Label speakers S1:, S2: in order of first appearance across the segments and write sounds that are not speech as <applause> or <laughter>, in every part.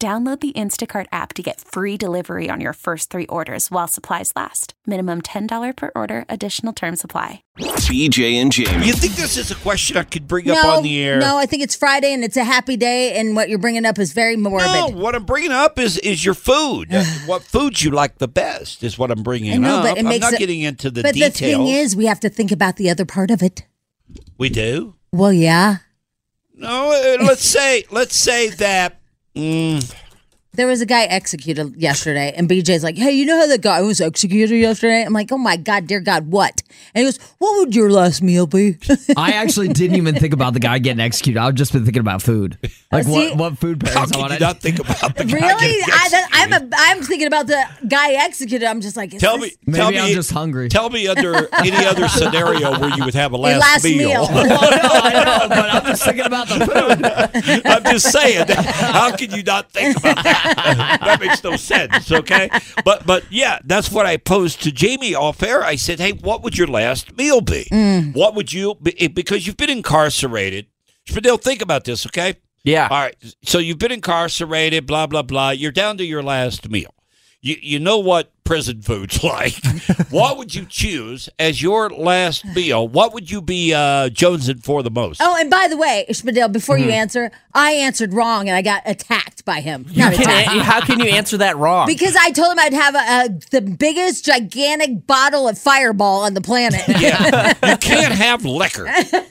S1: Download the Instacart app to get free delivery on your first three orders while supplies last. Minimum $10 per order, additional term supply.
S2: BJ and Jamie.
S3: You think this is a question I could bring up on the air?
S4: No, I think it's Friday and it's a happy day, and what you're bringing up is very morbid.
S3: No, what I'm bringing up is is your food. Uh, what foods you like the best is what I'm bringing
S4: I know,
S3: up.
S4: but it
S3: I'm
S4: makes
S3: not
S4: it-
S3: getting into the
S4: but
S3: details.
S4: the thing is, we have to think about the other part of it.
S3: we do.
S4: Well, yeah.
S3: No, uh, let's say let's say that. Mm,
S4: There was a guy executed yesterday, and BJ's like, Hey, you know how that guy was executed yesterday? I'm like, Oh my God, dear God, what? And he goes, What would your last
S3: <laughs>
S4: meal be? <laughs>
S5: I actually didn't even think about the guy getting executed. I've just been thinking about food, like
S4: see-
S5: what, what food
S3: how
S5: pairings I
S3: can you
S5: wanted.
S3: not think about the guy
S4: really?
S3: getting
S4: I, that,
S3: executed?
S4: I'm, a, I'm thinking about the guy executed. I'm just like, is
S3: tell
S4: this-
S3: me.
S5: <laughs> Maybe
S3: tell
S5: I'm
S3: me-
S5: just hungry.
S3: Tell me
S4: <laughs>
S3: under any other scenario where you would have a
S4: Your
S3: last, <laughs>
S4: last meal. <laughs> Oh,
S5: I know, but I'm just thinking about the food.
S3: I'm just saying. How can you not think about that? <laughs> that makes no sense. Okay, but but yeah, that's what I posed to Jamie off air. I said, "Hey, what would your last meal be? What would you be- eh, because you've been incarcerated? Spadil, think about this. Okay,
S2: <laughs> Yeah.
S3: all right. So you've been incarcerated. Blah blah blah. You're down to your last meal. You you know what prison food's <laughs> like. what would you choose as your last meal? What would you be uh, jonesing for the most?
S4: Oh, and by the way, Ishmadel, before you
S3: Mm-hmm.
S4: answer, I answered wrong and I got attacked by him.
S2: You
S4: Not
S2: can-
S4: attacked.
S5: <laughs>
S2: how can you answer that wrong?
S4: Because I told him I'd have a, a, the biggest, gigantic bottle of Fireball on the planet.
S3: <laughs> Yeah, you can't have
S4: <laughs>
S3: liquor.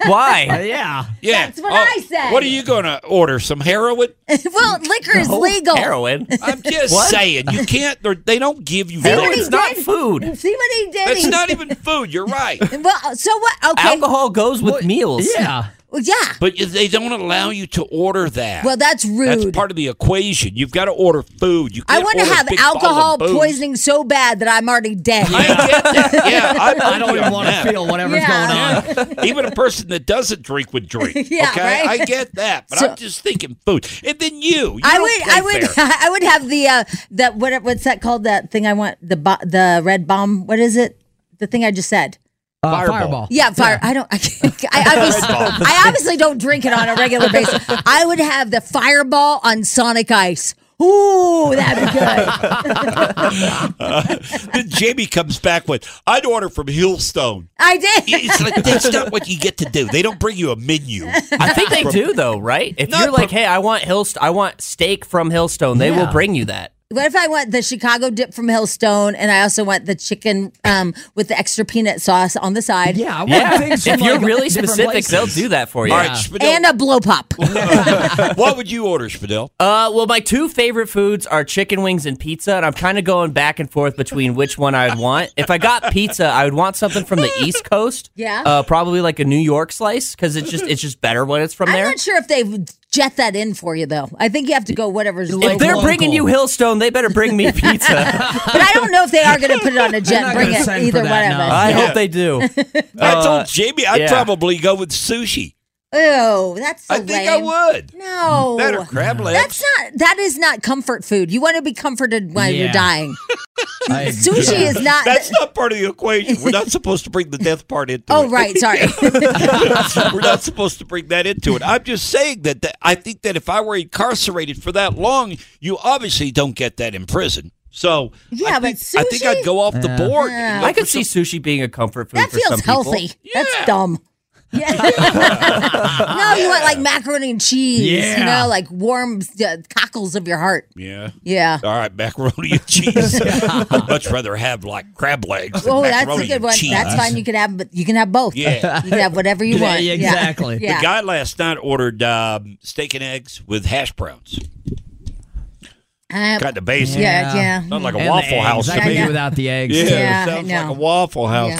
S2: Why?
S5: Uh, Yeah,
S3: Yeah. Oh,
S4: That's what I said.
S3: What are you going to order? Some heroin?
S4: <laughs> well, liquor is legal.
S2: Heroin.
S4: <laughs>
S3: I'm just
S2: What?
S3: saying. You can't, they're- they don't give you
S4: See what
S3: heroin.
S4: he
S2: Heroin's not
S4: did?
S2: food.
S4: See what he did?
S3: It's
S4: He-
S3: not even food.
S4: <laughs>
S3: You're right.
S4: Well, so what? Okay.
S2: Alcohol goes with meals.
S5: yeah.
S4: Well, yeah.
S3: But they don't allow you to order that.
S4: Well, that's rude.
S3: That's part of the equation. You've got to order food. You
S4: I
S3: can't
S4: want to
S3: order a
S4: have
S3: big bottle of
S4: alcohol
S3: booze.
S4: poisoning so bad that I'm already dead.
S3: I get that. Yeah,
S4: <laughs>
S3: I'm with
S5: I
S3: you
S5: don't even
S3: on
S5: want
S3: that.
S5: to feel whatever's
S4: Yeah.
S5: going on.
S3: Yeah. <laughs> Even a person that doesn't drink would drink.
S4: <laughs> Yeah,
S3: okay,
S4: right?
S3: I get that, but
S4: So-
S3: I'm just thinking food. And then you, you
S4: I
S3: don't
S4: would,
S3: play
S4: I would,
S3: fair.
S4: <laughs> I would have the uh, that what what's that called? That thing I want the bo- the red bomb. What is it? The thing I just said.
S5: Uh,
S3: Fireball.
S5: fireball.
S4: Yeah, fire. I don't. I, can't, I, obviously, I obviously don't drink it on a regular basis. I would have the fireball on Sonic Ice. Ooh, that'd be good.
S3: Then Jamie comes back with, "I'd order from Hillstone."
S4: I did.
S3: It's like that's not what you get to do. They don't bring you a menu.
S2: I think they do though, right? If
S3: Not
S2: you're like,
S3: pro-
S2: hey, I want Hillst I want steak from Hillstone, they will
S5: Yeah.
S2: bring you that.
S4: What if I want the Chicago dip from Hillstone, and I also want the chicken um, with the extra peanut sauce on the side,
S5: Yeah, I want things
S2: If
S5: from,
S2: you're
S5: like,
S2: really
S5: different
S2: specific, they'll
S5: places.
S2: do that for you.
S3: All right, Spadil,
S4: and a blow pop.
S3: what would you order, Spadil?
S2: Uh, well, my two favorite foods are chicken wings and pizza, and I'm kind of going back and forth between which one I would want. If I got pizza, I would want something from the East Coast.
S4: Yeah.
S2: Uh, probably like a New York slice because it's just it's just better when it's from
S4: I'm
S2: there.
S4: not sure if they jet that in for you though. I think you have to go whatever's
S2: if
S4: local.
S2: they're bringing you Hillstone, they better bring me pizza.
S4: but I don't know if they are going to put it on a jet.
S5: not
S4: and Bring
S5: gonna
S4: it
S5: send
S4: either
S5: for that,
S4: one of
S5: no.
S4: us.
S2: I hope they do.
S3: I told Jamie I'd
S2: yeah.
S3: probably go with sushi.
S4: Ew, that's so
S3: I think I
S4: lame.
S3: would.
S4: No,
S3: That or crab legs.
S4: That's not. That is not comfort food. You want to be comforted while you're
S5: Yeah.
S4: dying.
S5: I-
S4: Sushi
S5: <laughs>
S4: is not.
S3: That's not part of the equation. We're not supposed to bring the death part into
S4: oh
S3: it.
S4: right, sorry.
S3: <laughs> We're not supposed to bring that into it. I'm just saying that, that I think that if I were incarcerated for that long, you obviously don't get that in prison. So
S4: Yeah,
S3: I
S4: but
S3: think, I think I'd
S4: sushi?
S3: go off the board.
S4: Yeah.
S2: I could see sushi being a comfort
S4: <laughs>
S2: food.
S4: Uh, that
S2: for some
S4: feels
S2: people.
S4: healthy. That's
S3: Yeah.
S4: dumb.
S5: <laughs>
S4: Yeah. no, you want like macaroni and cheese. You
S5: Yeah.
S4: know, like warm uh, cockles of your heart.
S3: Yeah.
S4: Yeah.
S3: All right, macaroni and cheese. I'd much rather have like crab legs. Than
S4: Oh, that's
S3: macaroni
S4: a good
S3: and
S4: one.
S3: Cheese.
S4: That's fine. You can have, but you can have both.
S3: Yeah.
S4: you can have whatever you
S5: Yeah,
S4: want.
S5: yeah, exactly.
S4: Yeah,
S3: The guy last night ordered um, steak and eggs with hash browns.
S4: Um,
S3: Kind of basic.
S4: yeah, yeah.
S3: Sounds like a
S5: And the
S3: Waffle
S5: eggs.
S3: House
S5: I
S3: to
S5: can
S3: me.
S5: do without the eggs.
S4: Yeah, I
S3: sounds like
S4: know.
S3: a Waffle House.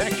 S6: Protect